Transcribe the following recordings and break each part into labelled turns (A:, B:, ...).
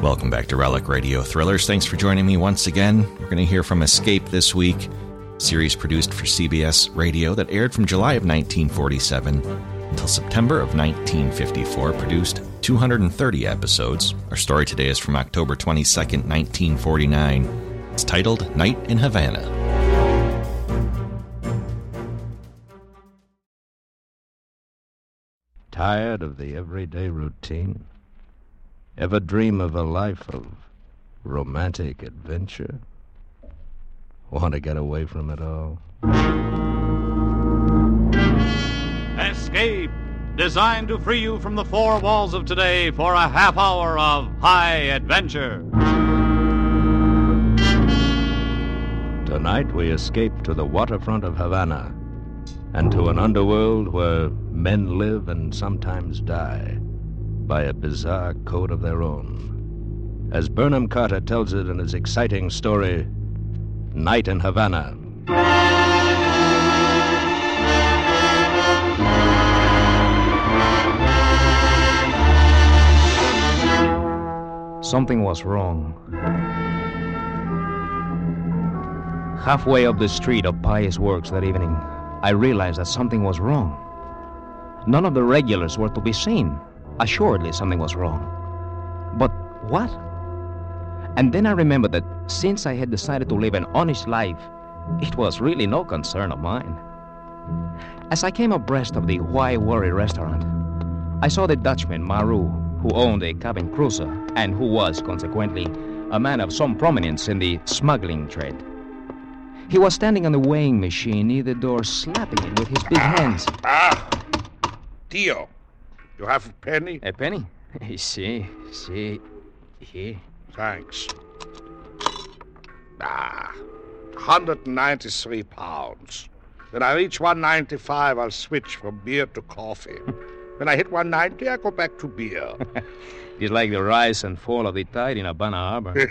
A: Welcome back to Relic Radio Thrillers. Thanks for joining me once again. We're going to hear from Escape this week, a series produced for CBS Radio that aired from July of 1947 until September of 1954, produced 230 episodes. Our story today is from October 22nd, 1949. It's titled Night in Havana.
B: Tired of the everyday routine? Ever dream of a life of romantic adventure? Want to get away from it all?
C: Escape, designed to free you from the four walls of today for a half hour of high adventure.
B: Tonight we escape to the waterfront of Havana and to an underworld where men live and sometimes die by a bizarre code of their own. As Burnham Carter tells it in his exciting story, Night in Havana.
D: Something was wrong. Halfway up the street of Pious Works that evening, I realized that something was wrong. None of the regulars were to be seen. Assuredly, something was wrong. But what? And then I remembered that since I had decided to live an honest life, it was really no concern of mine. As I came abreast of the Why Worry restaurant, I saw the Dutchman, Maru, who owned a cabin cruiser and who was, consequently, a man of some prominence in the smuggling trade. He was standing on the weighing machine near the door, slapping it with his big hands.
E: Ah, Tio, you have a penny?
D: A penny? Eh, See, see, here.
E: Thanks. Ah, 193 pounds. When I reach 195, I'll switch from beer to coffee. when I hit 190, I go back to beer.
D: It's like the rise and fall of the tide in Havana Harbor.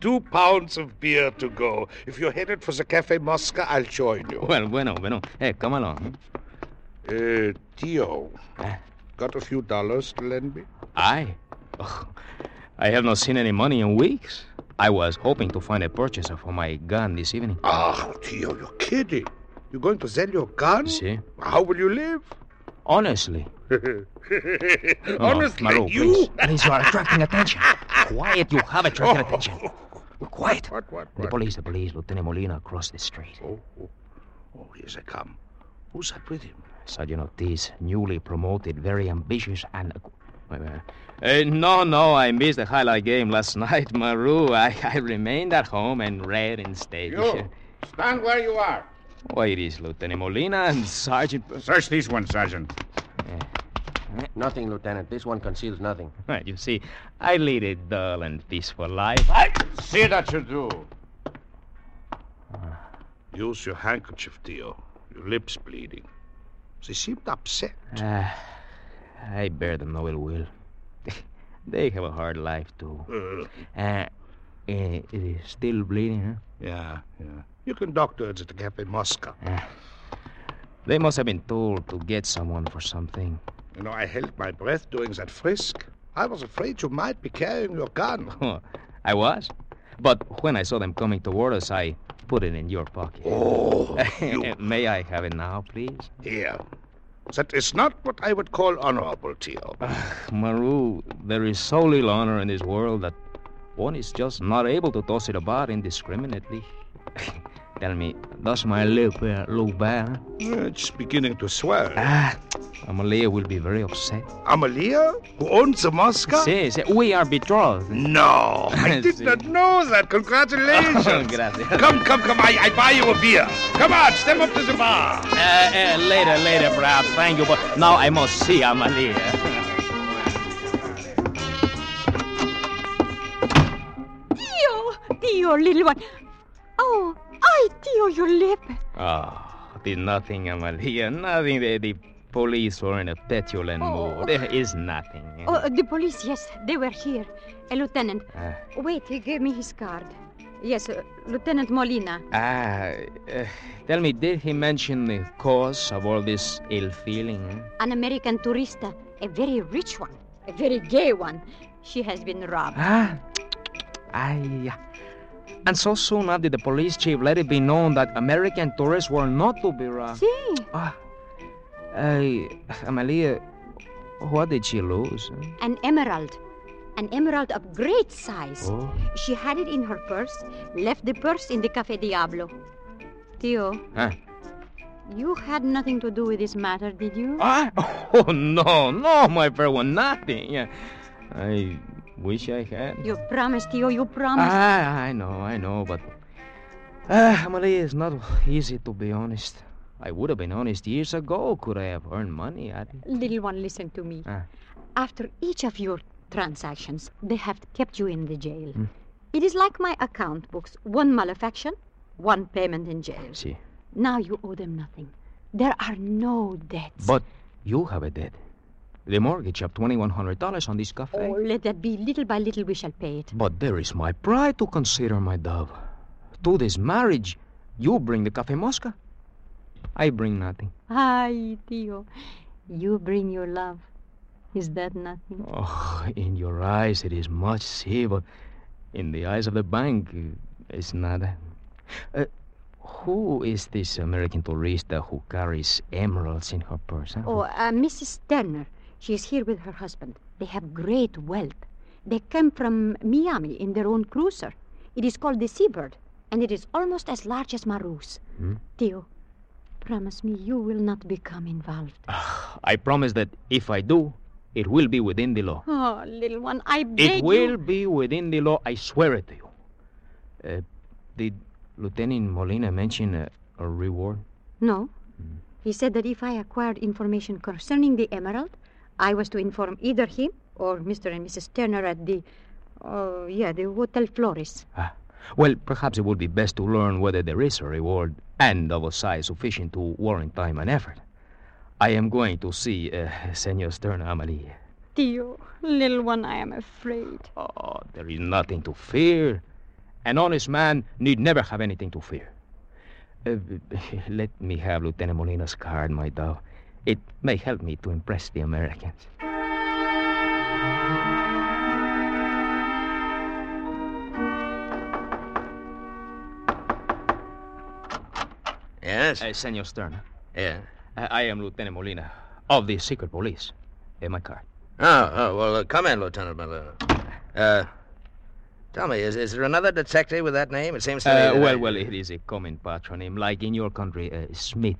E: Two pounds of beer to go. If you're headed for the Cafe Mosca, I'll join you.
D: well, bueno, bueno. Hey, come along.
E: Uh, Tio, got a few dollars to lend me?
D: I? Oh, I have not seen any money in weeks. I was hoping to find a purchaser for my gun this evening.
E: Ah, Tio, you're kidding. You're going to sell your gun?
D: See?
E: How will you live?
D: Honestly.
E: Honestly,
D: Come on, Maru,
E: you.
D: Please.
E: Ah.
D: please, you are attracting attention. Quiet, you have attracted attention. Quiet.
E: Oh. What, what,
D: The
E: what?
D: police, the police. Lieutenant Molina across the street.
E: Oh, oh, oh, here they come. Who's that with him?
D: Sergeant Ortiz, newly promoted, very ambitious and. Wait, wait, wait. Uh, no, no, I missed the highlight game last night, Maru. I, I remained at home and read instead.
E: stand where you are.
D: Why, it is Lieutenant Molina and Sergeant.
F: Search these ones, Sergeant.
G: Eh, Nothing, Lieutenant. This one conceals nothing.
D: Well, you see, I lead a dull and peaceful life.
F: See that you do.
E: Ah. Use your handkerchief, Tio. Your lips bleeding. They seemed upset.
D: Ah, I bear them no ill will. they have a hard life, too.
E: Uh,
D: Uh, eh, it is still bleeding, huh?
E: yeah, yeah. You can doctor it at the Cafe Mosca.
D: They must have been told to get someone for something.
E: You know, I held my breath during that frisk. I was afraid you might be carrying your gun.
D: Huh, I was. But when I saw them coming toward us, I put it in your pocket.
E: Oh, you
D: May I have it now, please?
E: here. That is not what I would call honorable, Tio.
D: Maru, there is so little honor in this world that one is just not able to toss it about indiscriminately. Tell me, does my lip uh, look bad?
E: It's beginning to swell.
D: Ah, Amalia will be very upset.
E: Amalia, who owns the Mosca?
D: Yes, we are betrothed.
E: No, I did
D: See.
E: not know that. Congratulations.
D: Oh, gracias.
E: Come, come, come. I, I buy you a beer. Come on, step up to the bar.
D: Uh, uh, later, later, perhaps. Thank you, but now I must see Amalia.
H: Tio, Tio, little one. Oh, I, Tio, your lip.
D: Oh, did nothing, Amalia. Nothing. The, the police were in a petulant
H: Oh.
D: mood. There is nothing.
H: Oh, the police, yes, they were here. A lieutenant.
D: Ah.
H: Wait, he gave me his card. Yes, uh, Lieutenant Molina.
D: Ah, uh, tell me, did he mention the cause of all this ill feeling?
H: An American tourista. A very rich one. A very gay one. She has been robbed.
D: Ah, aye. And so soon after the police chief let it be known that American tourists were not to be robbed.
H: See?
D: Ah, I, Amalia, what did she lose?
H: An emerald. An emerald of great size.
D: Oh.
H: She had it in her purse, left the purse in the Cafe Diablo. Tio,
G: Huh?
H: you had nothing to do with this matter, did you?
D: Ah, oh no, no, my fair one, nothing. Yeah. I wish I had.
H: You promised, Tio, you promised.
D: Ah, I know, I know, but uh, Amalia, it's not easy to be honest. I would have been honest years ago. Could I have earned money? I
H: Little one, listen to me.
D: Ah.
H: After each of your transactions, they have kept you in the jail.
D: Hmm.
H: It is like my account books one malefaction, one payment in jail.
D: see.
H: Now you owe them nothing. There are no debts.
D: But you have a debt. The mortgage of twenty-one hundred dollars on this cafe.
H: Oh, let that be. Little by little, we shall pay it.
D: But there is my pride to consider, my dove. To this marriage, you bring the cafe Mosca. I bring nothing.
H: Ay, Tio. You bring your love. Is that nothing?
D: Oh, in your eyes it is much, see, but in the eyes of the bank, uh, it's nada. Uh, who is this American tourista who carries emeralds in her purse? huh?
H: Oh, uh, Mrs. Turner. She is here with her husband. They have great wealth. They came from Miami in their own cruiser. It is called the Seabird, and it is almost as large as Maru's. Tio, promise me you will not become involved.
D: I promise that if I do, it will be within the law.
H: Oh, little one, I
D: It
H: beg
D: will
H: you.
D: be within the law, I swear it to you. Uh, did Lieutenant Molina mention a, a reward?
H: No. He said that if I acquired information concerning the emerald, I was to inform either him or Mr. and Mrs. Turner at the, oh, yeah, the Hotel Flores.
D: Ah, well, perhaps it would be best to learn whether there is a reward and of a size sufficient to warrant time and effort. I am going to see uh, Senor Stern Amalie.
H: Tio, little one, I am afraid.
D: Oh, there is nothing to fear. An honest man need never have anything to fear. Uh, let me have Lieutenant Molina's card, my dove. It may help me to impress the Americans.
B: Yes?
D: Uh, Senor Stern,
B: Yeah.
D: uh, I am Lieutenant Molina of the Secret Police. Uh, my card.
B: Oh, oh well, uh, come in, Lieutenant Miller. Uh, tell me, is, is there another detective with that name? It seems to me.
D: Uh,
B: that I-
D: well, well, it is a common patronym, like in your country, uh, Smith.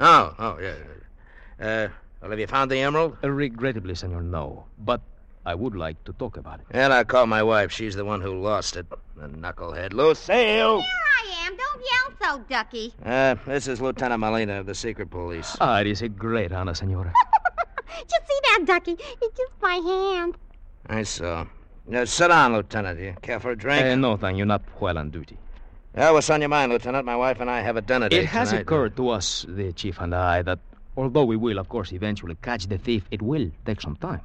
B: Oh, oh, yeah. yeah. Uh, well, have you found the emerald?
D: Uh, regrettably, senor, no. But I would like to talk about it.
B: Well, I'll call my wife. She's the one who lost it. The knucklehead. Lucille!
I: I am. Don't yell so, Ducky.
B: Uh, this is Lieutenant Molina of the Secret Police.
D: Ah, it is a great honor, senora.
I: Just see that, Ducky. It's just my hand.
B: I saw. Now, sit down, Lieutenant. You care for a drink?
D: Uh, no, thank you, not while on duty.
B: Yeah, what's on your mind, Lieutenant? My wife and I have a dinner date
D: It has
B: tonight.
D: occurred to us, the chief and I, that although we will, of course, eventually catch the thief, it will take some time.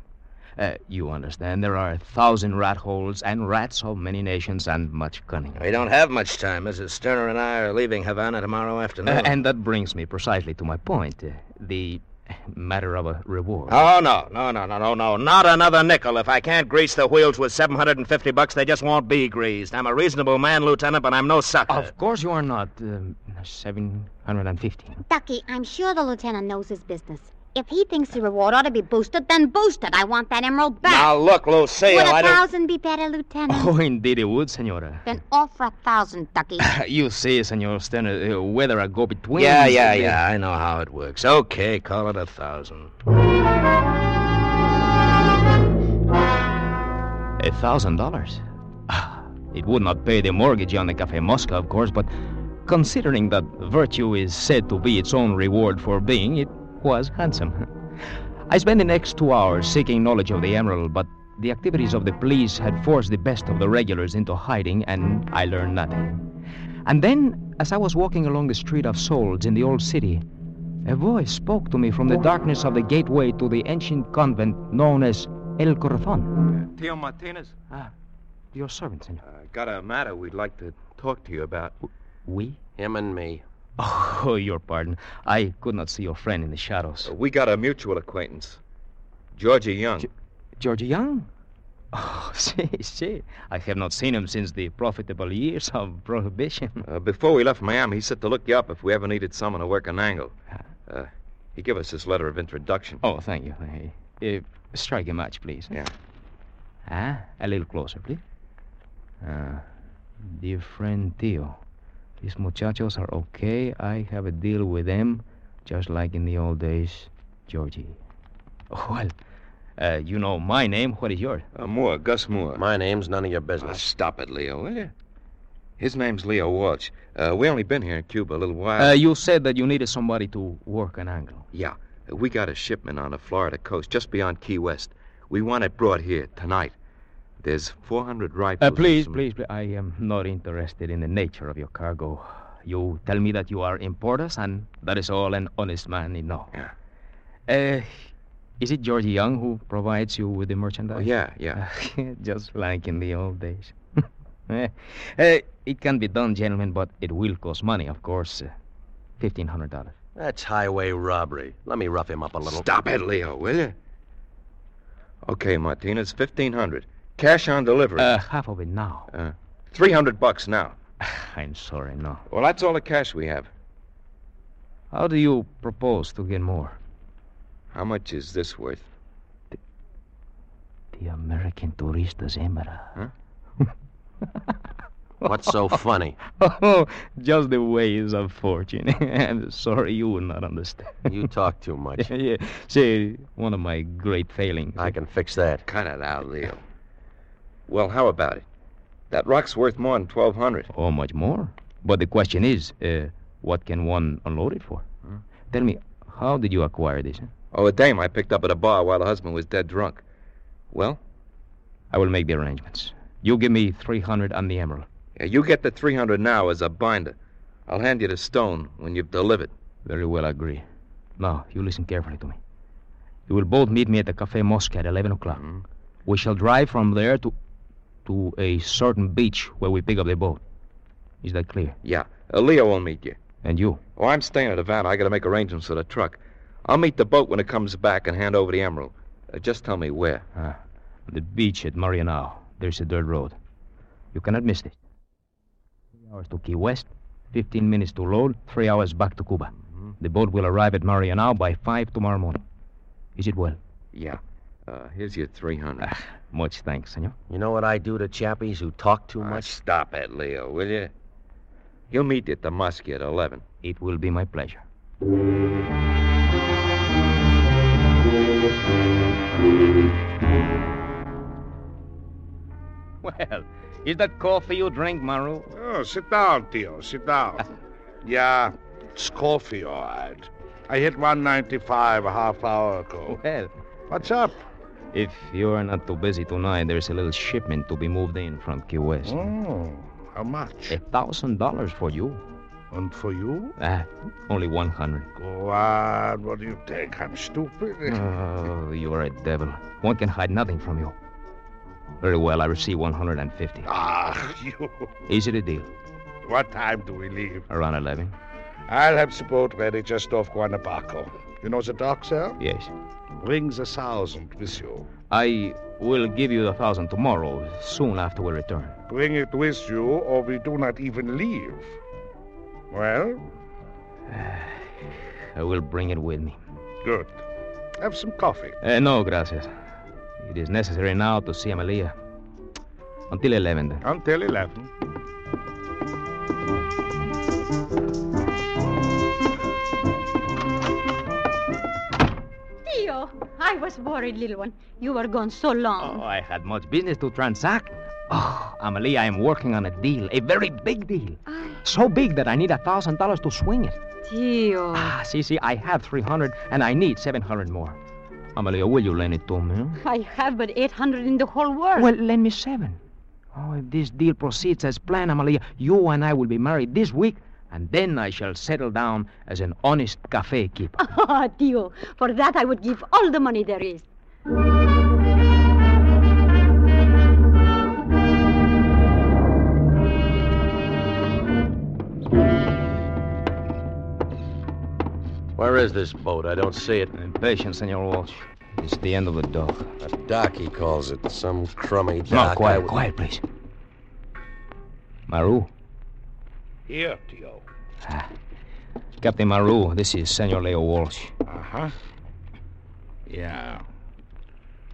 D: Uh, you understand, there are a thousand rat holes and rats of many nations and much cunning.
B: We don't have much time. Mrs. Sterner and I are leaving Havana tomorrow afternoon.
D: Uh, and that brings me precisely to my point uh, the matter of a reward.
B: Oh, no, no, no, no, no, no. Not another nickel. If I can't grease the wheels with 750 bucks, they just won't be greased. I'm a reasonable man, Lieutenant, but I'm no sucker.
D: Of course you are not. Um, 750.
I: Ducky, I'm sure the lieutenant knows his business. If he thinks the reward ought to be boosted, then boost it. I want that emerald back.
B: Now, look, Lucille,
I: Would
B: I
I: a
B: don't... Oh.
I: thousand be better, Lieutenant?
D: Oh, indeed it would, senora.
I: Then offer a thousand, Ducky.
D: You see, senor Sterner, uh, whether I go between.
B: Yeah, yeah, yeah. I know how it works. Okay, call it a thousand.
D: A thousand dollars. Ah, It would not pay the mortgage on the Cafe Mosca, of course, but considering that virtue is said to be its own reward for being, it was handsome. I spent the next two hours seeking knowledge of the emerald, but the activities of the police had forced the best of the regulars into hiding, and I learned nothing. And then, as I was walking along the street of Souls in the old city, a voice spoke to me from the darkness of the gateway to the ancient convent known as El Corazon.
J: Tio Martinez,
D: Your servant, senor.
J: I got a matter we'd like to talk to you about.
D: We?
G: Him and me.
D: Oh, your pardon. I could not see your friend in the
J: Uh,
D: shadows.
J: We got a mutual acquaintance, Georgie Young.
D: Georgie Young? Oh, see, see. I have not seen him since the profitable years of Prohibition.
J: Uh, before we left Miami, he said to look you up if we ever needed someone to work an angle. Uh, he gave us his letter of introduction.
D: Oh, thank you. thank you. Uh, strike a match, please.
J: Yeah.
D: Ah, a little closer, please. Uh, dear friend Tio, these muchachos are okay. I have a deal with them, just like in the old days, Georgie. Well, uh, you know my name. What is yours?
J: Uh, Moore, Gus Moore.
G: My name's none of your business.
J: Oh, stop it, Leo, will you? His name's Leo Walsh. Uh, we only been here in Cuba a little while.
D: Uh, you said that you needed somebody to work an angle.
J: Yeah. We got a shipment on the Florida coast, just beyond Key West. We want it brought here tonight. There's 400 rifles.
D: Uh, please, please, please, I am not interested in the nature of your cargo. You tell me that you are importers, and that is all an honest man need know. Yeah. Uh, is it Georgie Young who provides you with the merchandise?
J: Oh, yeah,
D: Uh,
J: yeah.
D: Just like in the old days. Eh, eh, it can be done, gentlemen, but it will cost money, of course. Uh, $1,500.
G: That's highway robbery. Let me rough him up a little.
J: Stop it, Leo, will you? Okay, Martinez, 1500 Cash on delivery.
D: Uh, half of it now.
J: Uh, 300 bucks now.
D: I'm sorry, no.
J: Well, that's all the cash we have.
D: How do you propose to get more?
J: How much is this worth?
D: The American Tourista's Emira.
J: Huh?
G: What's so funny?
D: Oh, just the ways of fortune. I'm sorry you will not understand.
G: You talk too much.
D: yeah, see, one of my great failings.
G: I can fix that.
J: Cut it out, Leo. Well, how about it? That rock's worth more than twelve hundred.
D: Oh, much more. But the question is, uh, what can one unload it for?
J: Hmm?
D: Tell me, how did you acquire this?
J: Oh, a dame I picked up at a bar while the husband was dead drunk. Well,
D: I will make the arrangements. You give me three hundred on the emerald.
J: yeah, you get the three hundred now as a binder. I'll hand you the stone when you've delivered.
D: Very well, I agree. Now, you listen carefully to me. You will both meet me at the Cafe Mosca at 11 o'clock.
J: Mhm.
D: We shall drive from there to, to a certain beach where we pick up the boat. Is that clear?
J: Yeah, uh, Leo will meet you.
D: And you?
J: Oh, I'm staying at Havana. I got to make arrangements for the truck. I'll meet the boat when it comes back and hand over the emerald. Uh, just tell me where.
D: Ah, the beach at Marianao. There's a dirt road. You cannot miss this. Three hours to Key West, 15 minutes to load, three hours back to Cuba. The boat will arrive at Marianao by 5 tomorrow morning. Is it well?
J: Yeah. Uh, here's your three hundred.
D: Much thanks, senor.
G: You know what I do to chappies who talk too
D: Uh,
K: Uh,
J: Ah,
G: much?
J: stop it, Leo, will you? You'll meet at the mosque at 11.
D: It will be my pleasure. Well, is that coffee you drink, Maru?
E: Oh, sit down, Tio. Sit down. yeah, it's coffee, all right. I hit 195 a half hour ago.
D: Well,
E: What's up?
D: if you are not too busy tonight, there's a little shipment to be moved in from Key West.
E: Oh, how much?
D: A thousand dollars for you.
E: And for you?
D: Ah, only one hundred.
E: Go on. What do you think? I'm stupid.
D: Oh, you are a devil. One can hide nothing from you. Very well, I receive one hundred and fifty.
E: Ah, you.
D: Is it a deal?
E: What time do we leave?
D: Around eleven?
E: I'll have the boat ready just off Guanabaco. You know the dock, sir?
D: Yes.
E: Bring the thousand with you.
D: I will give you the thousand tomorrow, soon after we return.
E: Bring it with you, or we do not even leave. Well,
D: I will bring it with me.
E: good. Have some coffee.
D: Eh, no, gracias. It is necessary now to see Amelia. Until 11, then.
E: Until 11.
H: Theo, I was worried, little one. You were gone so long.
D: Oh, I had much business to transact. Oh, Amelia, I am working on a deal, a very big deal. So big that I need a thousand dollars to swing it.
H: Theo.
D: Ah, see, see, I have 300 and I need 700 more. Amelia, will you lend it to me?
H: I have but 800 in the whole world.
D: Well, lend me seven. Oh, if this deal proceeds as planned, Amalia, you and I will be married this week, and then I shall settle down as an honest cafe keeper.
H: Ah, Theo, for that I would give all the money there is.
G: Where is this boat? I don't see it.
D: Impatient, Senor Walsh. It's the end of the dock.
L: A dock, he calls it. Some crummy
D: No,
L: dock.
D: Ah, quiet,
L: I would-
D: quiet, please. Maru.
E: Here, Tio.
D: Captain Maru, this is Senor Leo Walsh.
E: Uh huh. Yeah.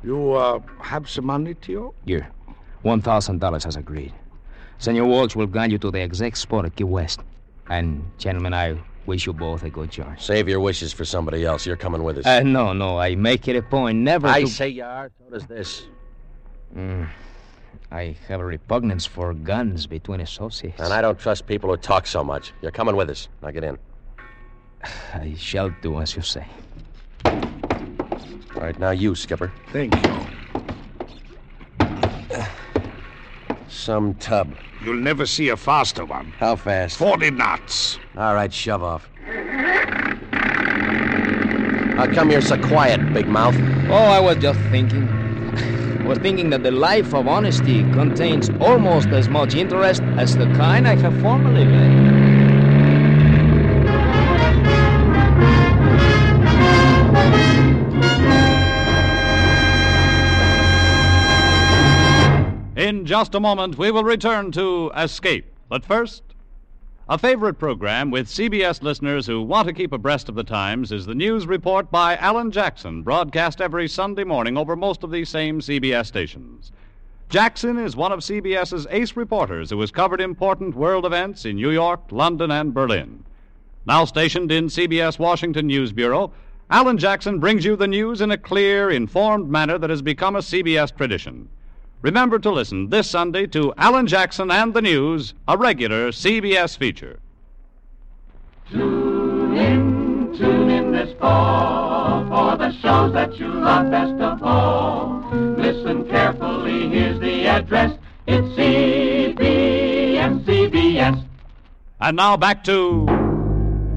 E: You uh, have some money, Tio?
D: Here. $1,000 as agreed. Senor Walsh will guide you to the exact spot at Key West. And, gentlemen, I wish you both a good journey.
L: Save your wishes for somebody else. You're coming with us.
D: Uh, no, no, I make it a point never
L: I
D: to...
L: say you are. So does this.
D: Mm. I have a repugnance for guns between associates.
L: And I don't trust people who talk so much. You're coming with us. Now get in.
D: I shall do as you say.
L: All right, now you, Skipper.
E: Thank you.
L: Some tub.
E: You'll never see a faster one.
L: How fast?
E: 40 knots.
L: All right, shove off. Now come here so quiet, big mouth.
D: Oh, I was just thinking. I was thinking that the life of honesty contains almost as much interest as the kind I have formerly led.
C: In just a moment, we will return to Escape. But first, a favorite program with CBS listeners who want to keep abreast of the times is the News Report by Alan Jackson, broadcast every Sunday morning over most of these same CBS stations. Jackson is one of CBS's ace reporters who has covered important world events in New York, London, and Berlin. Now stationed in CBS Washington News Bureau, Alan Jackson brings you the news in a clear, informed manner that has become a CBS tradition. Remember to listen this Sunday to Alan Jackson and the News, a regular CBS feature.
M: Tune in this fall for the shows that you love best of all. Listen carefully, here's the address. It's CBS, CBS.
C: And now back to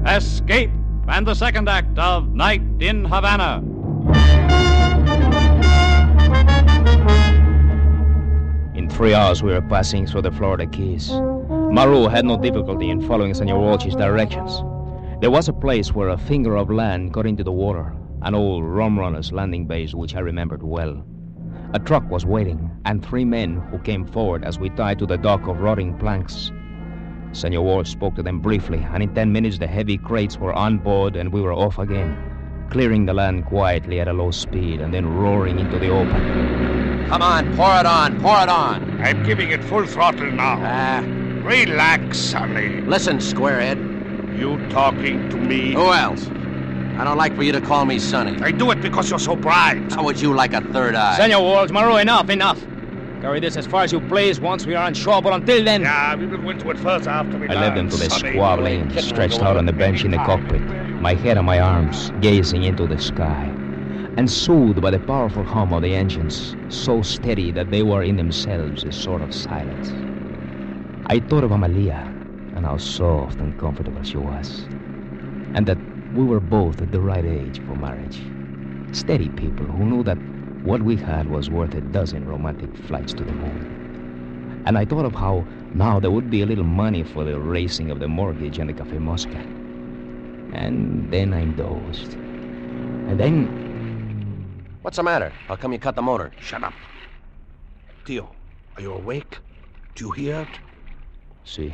C: Escape and the second act of Night in Havana.
D: In three hours, we were passing through the Florida Keys. Maru had no difficulty in following Senor Walsh's directions. There was a place where a finger of land got into the water, an old rum runner's landing base which I remembered well. A truck was waiting, and three men who came forward as we tied to the dock of rotting planks. Senor Walsh spoke to them briefly, and in ten minutes the heavy crates were on board and we were off again, clearing the land quietly at a low speed and then roaring into the open.
L: Come on, pour it on, pour it on.
E: I'm giving it full throttle now.
L: Ah.
E: Relax, Sonny.
L: Listen, squarehead.
E: You talking to me?
L: Who else? I don't like for you to call me Sonny.
E: I do it because you're so bright.
L: How would you like a third eye?
D: Senor Walsh, Maru, enough, enough. Carry this as far as you please once we are on shore, but until then.
E: Yeah, we will go into it further after we
D: I left them
E: learn,
D: to their
E: Sonny.
D: squabbling, stretched out on the bench in the cockpit, my head on my arms, gazing into the sky. And soothed by the powerful hum of the engines, so steady that they were in themselves a sort of silence. I thought of Amalia and how soft and comfortable she was. And that we were both at the right age for marriage. Steady people who knew that what we had was worth a dozen romantic flights to the moon. And I thought of how now there would be a little money for the raising of the mortgage and the Cafe Mosca. And then I dozed. And then.
L: What's the matter? How come you cut the motor?
E: Shut up. Tio, are you awake? Do you hear it?
D: See.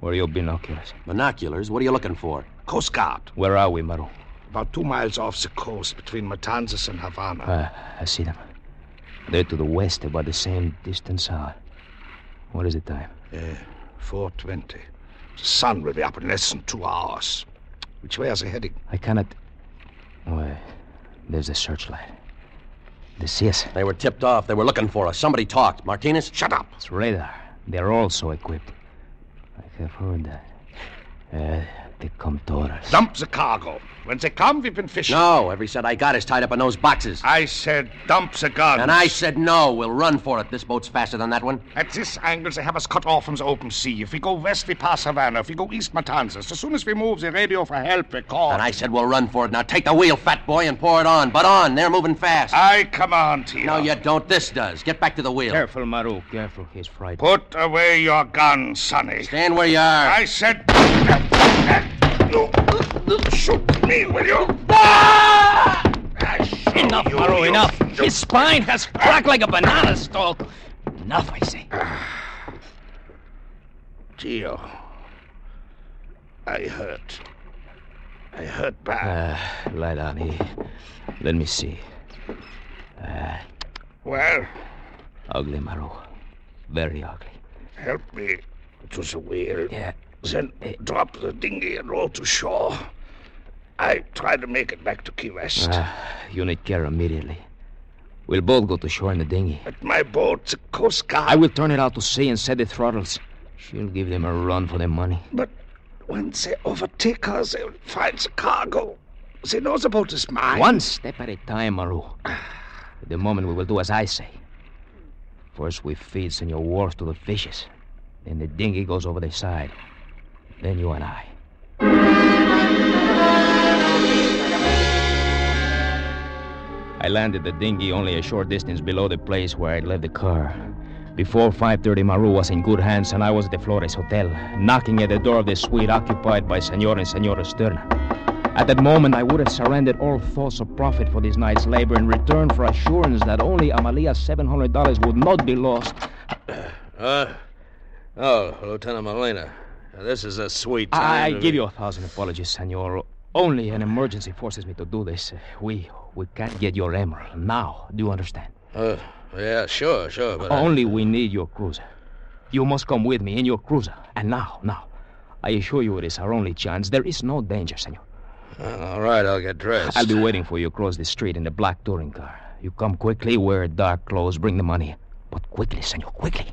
D: Where are your binoculars?
L: Binoculars? What are you looking for?
E: Coast Guard.
D: Where are we, Maru?
E: About two miles off the coast between Matanzas and Havana.
D: Ah, I see them. They're to the west, about the same distance out. What is the time?
E: Uh, 420. The sun will be up in less than two hours. Which way is it heading?
D: I cannot. Why, there's the searchlight. They see us.
L: They were tipped off. They were looking for us. Somebody talked. Martinez? Shut up.
D: It's radar. They're also equipped. I have heard that. Uh, the Comtoras.
E: Dump the cargo. When they come, we've been fishing.
L: No, every cent I got is tied up in those boxes.
E: I said dump the guns.
L: And I said no. We'll run for it. This boat's faster than that one.
E: At this angle, they have us cut off from the open sea. If we go west, we pass Havana. If we go east, Matanzas. As soon as we move, they radio for help. They call.
L: And I said we'll run for it. Now take the wheel, fat boy, and pour it on. But on. They're moving fast.
E: I command here.
L: No, you don't. This does. Get back to the wheel.
D: Careful, Maru. Careful. He's frightened.
E: Put away your gun, Sonny.
L: Stand where you are.
E: I said. Shoot me, will you? Ah!
N: Enough, Maru, enough. His spine has cracked like a banana stalk. Enough, I say.
E: Gio. I hurt.
D: I hurt bad. Uh, lie down here. Let me see. Uh,
E: Well,
D: ugly, Maru. Very ugly.
E: help me to the wheel. Yeah. Then drop the dinghy and row to shore. I try to make it back to Key West.
D: Ah, you need care immediately. We'll both go to shore in the dinghy.
E: My boat, the Coast Guard.
D: I will turn it out to sea and set the throttles. She'll give them a run for their money.
E: But when they overtake her, they'll find the cargo. They know the boat is mine.
D: One step at a time, Maru. At the moment, we will do as I say. First, we feed Senor Wharf to the fishes. Then the dinghy goes over the side. Then you and I. I landed the dinghy only a short distance below the place where I'd left the car. Before 5.30, Maru was in good hands, and I was at the Flores Hotel, knocking at the door of the suite occupied by Senor and Senora Stern. At that moment, I would have surrendered all thoughts of profit for this night's labor in return for assurance that only Amalia's $700 would not be lost.
K: Uh, oh, Lieutenant Molina. This is a sweet
D: I, I
K: time. to
D: give
K: be-
D: you a thousand apologies, senor. Only an emergency forces me to do this. We we can't get your emerald now. Do you understand?
K: Uh, yeah, sure, sure, but. I-
D: Only we need your cruiser. You must come with me in your cruiser. And now, now. I assure you it is our only chance. There is no danger, senor.
K: all right, I'll get dressed.
D: I'll be waiting for you across the street in the black touring car. You come quickly, wear dark clothes, bring the money. But quickly, senor, quickly.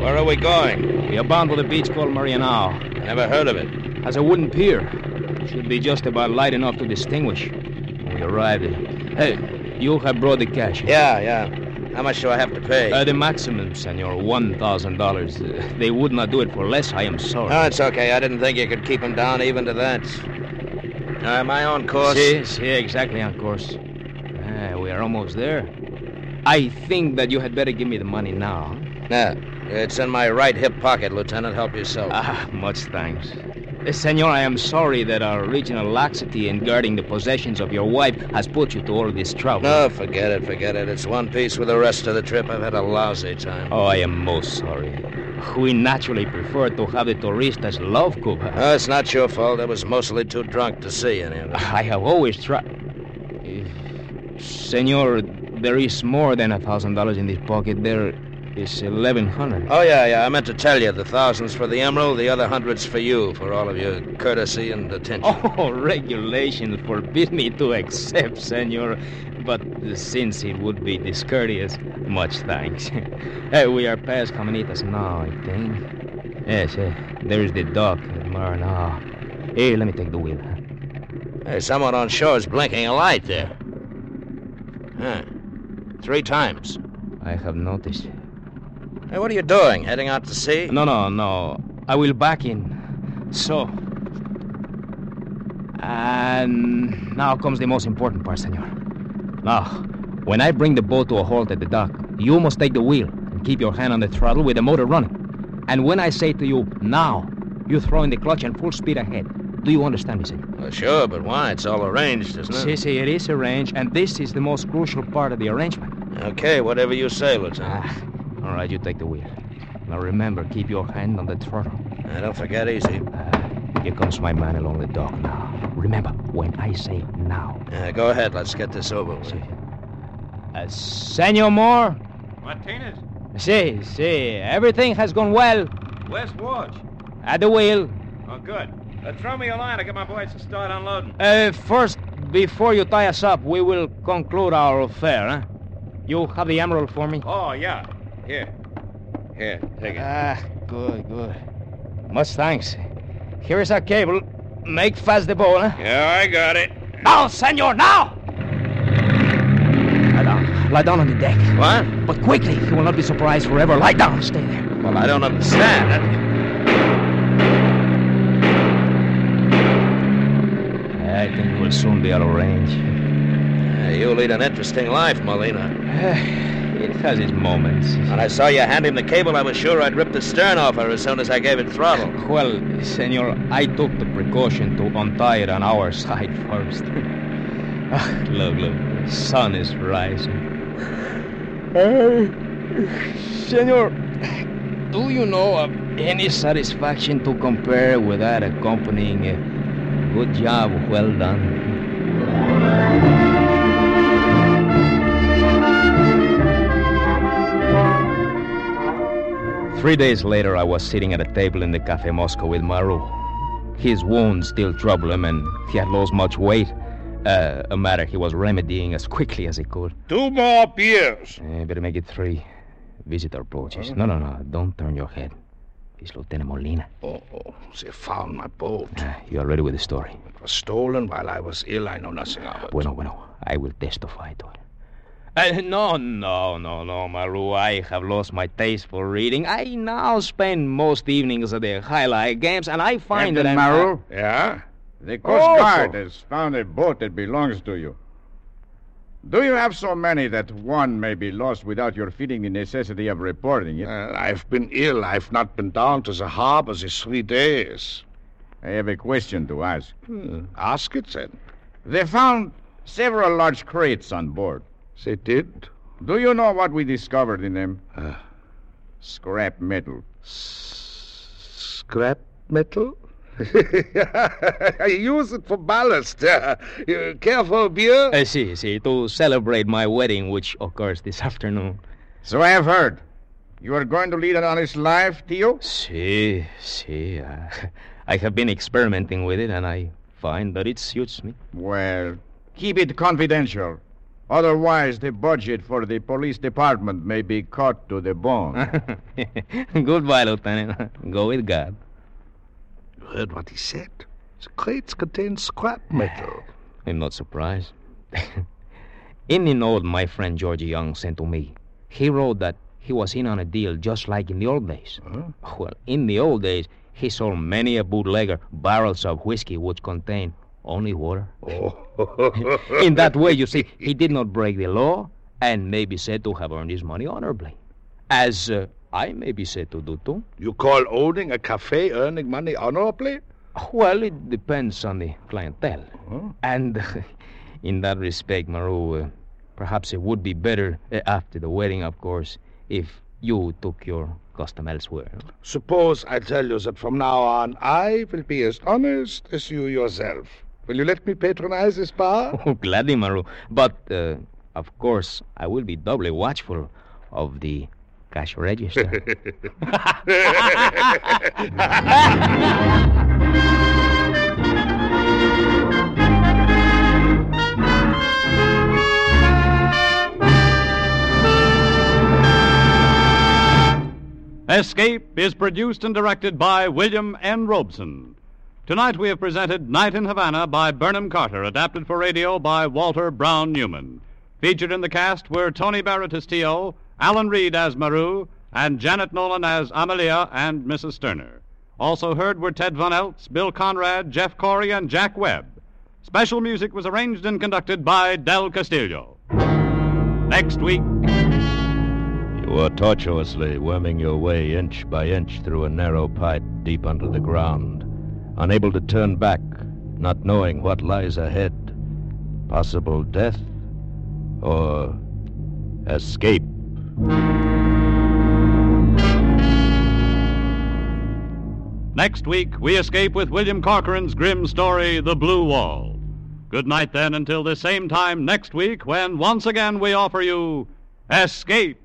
K: Where are we going?
D: We are bound for the beach called Marianao.
K: I never heard of it.
D: Has a wooden pier. Should be just about light enough to distinguish. When we arrive there. Hey, you have brought the cash.
K: Yeah, yeah. How much do I have to pay?
D: Uh, the maximum, senor, $1,000. Uh, they would not do it for less, I am sorry.
K: No, it's okay. I didn't think you could keep him down even to that. Uh, am I on course?
D: Si, si, exactly on course. Ah, we are almost there. I think that you had better give me the money now.
K: Yeah. It's in my right hip pocket, Lieutenant. Help yourself.
D: Ah, much thanks. Uh, Senor, I am sorry that our original laxity in guarding the possessions of your wife has put you to all this trouble.
K: No, Oh, forget it, forget it. It's one piece with the rest of the trip. I've had a lousy time.
D: Oh, I am most sorry. We naturally prefer to have the touristas love Cuba.
K: No, Oh, it's not your fault. I was mostly too drunk to see any of it.
D: I have always tried. Senor, there is more than a thousand dollars in this pocket. There is eleven hundred.
K: Oh, yeah, yeah. I meant to tell you. The thousand's for the emerald, the other hundred's for you, for all of your courtesy and attention.
D: Oh, regulations forbid me to accept, senor. But since it would be discourteous, much thanks. hey, we are past Caminitas now, I think. Yes, yes. There is the dock at Maranao. Hey, let me take the wheel.
K: Hey, someone on shore is blinking a light there. Huh. Three times.
D: I have noticed.
K: Hey, what are you doing? Heading out to sea?
D: No, no, no. I will back in. So. And now comes the most important part, senor. Now, when I bring the boat to a halt at the dock, you must take the wheel and keep your hand on the throttle with the motor running. And when I say to you, now, you throw in the clutch and full speed ahead. Do you understand me, senor?
K: Well, sure, but why? It's all arranged, isn't it?
D: Si, si, it is arranged, and this is the most crucial part of the arrangement.
K: Okay, whatever you say, Lieutenant.
D: All right, you take the wheel. Now remember, keep your hand on the throttle. Uh,
K: Now, don't forget easy.
D: Here comes my man along the dock now. Remember, when I say now.
K: Uh, go ahead. Let's get this over with.
D: Uh, Senor Moore?
O: Martinez,
D: Si, si. Everything has gone well.
O: where's Watch?
D: At the wheel.
O: Oh, good. Uh, throw me a line. I get my boys to start unloading.
D: Uh, first, before you tie us up, we will conclude our affair, huh? You have the emerald for me?
O: Oh, yeah. Here. Here, take it.
D: Ah, good, good. Much thanks. Here is our cable. Make fast the boat, huh?
O: yeah, I got it.
D: Now, senor, now! Lie down. Lie down on the deck.
K: What?
D: But quickly. He will not be surprised forever. Lie down. Stay there.
K: Well, I don't understand. That-
D: I think we'll soon be out of range.
K: Yeah, you lead an interesting life, Molina.
P: It has its moments.
K: When I saw you hand him the cable, I was sure I'd rip the stern off her as soon as I gave it throttle.
P: Well, senor, I took the precaution to untie it on our side first. Ah, look, look, the sun is rising. Uh, senor, do you know of any satisfaction to compare with that accompanying a
D: uh,
P: good job well done?
D: Three days later, I was sitting at a table in the Cafe Moscow with Maru. His wounds still troubled him, and he had lost much weight. Uh, a matter he was remedying as quickly as he could.
E: Two more beers.
D: Eh, better make it three. Visitor approaches. No, no, no. Don't turn your head. It's Lieutenant Molina.
E: Oh, oh, they found my boat.
D: You are ready with the story.
E: It was stolen while I was ill. I know nothing of it.
D: Bueno, bueno. I will testify to it. Uh, no, no, no, no, Maru. I have lost my taste for reading. I now spend most evenings at the highlight games, and I find
F: Captain
D: that. I'm-
F: Maru? Yeah? The Coast
D: Oh.
F: Guard has found a boat that belongs to you. Do you have so many that one may be lost without your feeling the necessity of reporting it?
E: I've been ill. I've not been down to the harbor these three days. Hmm.
F: I have a question to ask.
E: Ask it then.
F: They found several large crates on board.
E: They did? Uh.
F: Do you know what we discovered in them? Scrap metal.
E: Scrap metal? I use it for ballast. You Careful, beer.
D: I see, I see. Eh, To celebrate my wedding, which occurs this afternoon.
F: So I have heard. You are going to lead an honest life, Tio?
D: See, see. Uh, I have been experimenting with it, and I find that it suits me.
F: Well, keep it confidential. Otherwise, the budget for the police department may be cut to the bone.
D: Goodbye, Lieutenant. Go with God.
E: You heard what he said. The crates contain scrap metal.
D: I'm not surprised. in and out, my friend Georgie Young sent to me. He wrote that he was in on a deal just like in the old days. Well, in the old days, he sold many a bootlegger barrels of whiskey which contained only water.
E: Oh.
D: in that way, you see, he did not break the law and may be said to have earned his money honorably, as uh, I may be said to do too.
E: You call owning a cafe earning money honorably?
D: Well, it depends on the clientele. And in that respect, Maru, uh, perhaps it would be better uh, after the wedding, of course, if you took your custom elsewhere.
E: Suppose I tell you that from now on I will be as honest as you yourself. Will you let me patronize this bar?
D: Oh, gladly, Maru. But, uh, of course, I will be doubly watchful of the cash register.
C: Escape is produced and directed by William N. Robeson. Tonight we have presented Night in Havana by Burnham Carter, adapted for radio by Walter Brown Newman. Featured in the cast were Tony Barrett as T.O., Alan Reed as Maru, and Janet Nolan as Amelia and Mrs. Sterner. Also heard were Ted Von Eltz, Bill Conrad, Jeff Corey, and Jack Webb. Special music was arranged and conducted by Del Castillo. Next week,
B: You were tortuously worming your way inch by inch through a narrow pipe deep under the ground, unable to turn back, not knowing what lies ahead. Possible death or escape.
C: Next week, we escape with William Corcoran's grim story, The Blue Wall. Good night, then, until the same time next week when once again we offer you Escape.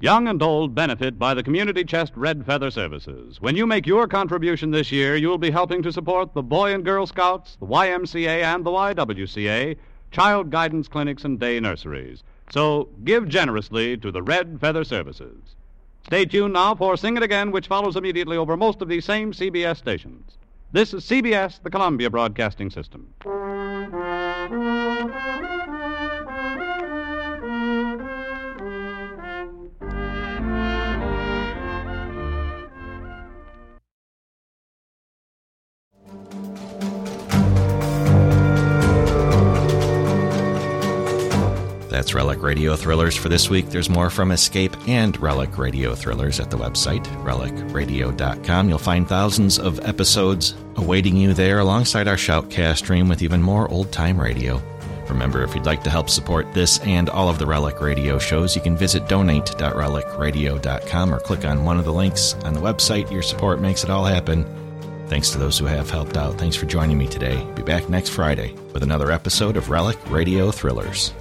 C: Young and old benefit by the Community Chest Red Feather Services. When you make your contribution this year, you will be helping to support the Boy and Girl Scouts, the YMCA, and the YWCA, child guidance clinics, and day nurseries. So give generously to the Red Feather Services. Stay tuned now for Sing It Again, which follows immediately over most of these same CBS stations. This is CBS, the Columbia Broadcasting System.
M: Thank you.
A: That's Relic Radio Thrillers for this week. There's more from Escape and Relic Radio Thrillers at the website, relicradio.com. You'll find thousands of episodes awaiting you there alongside our Shoutcast stream with even more old time radio. Remember, if you'd like to help support this and all of the Relic Radio shows, you can visit donate.relicradio.com or click on one of the links on the website. Your support makes it all happen. Thanks to those who have helped out. Thanks for joining me today. Be back next Friday with another episode of Relic Radio Thrillers.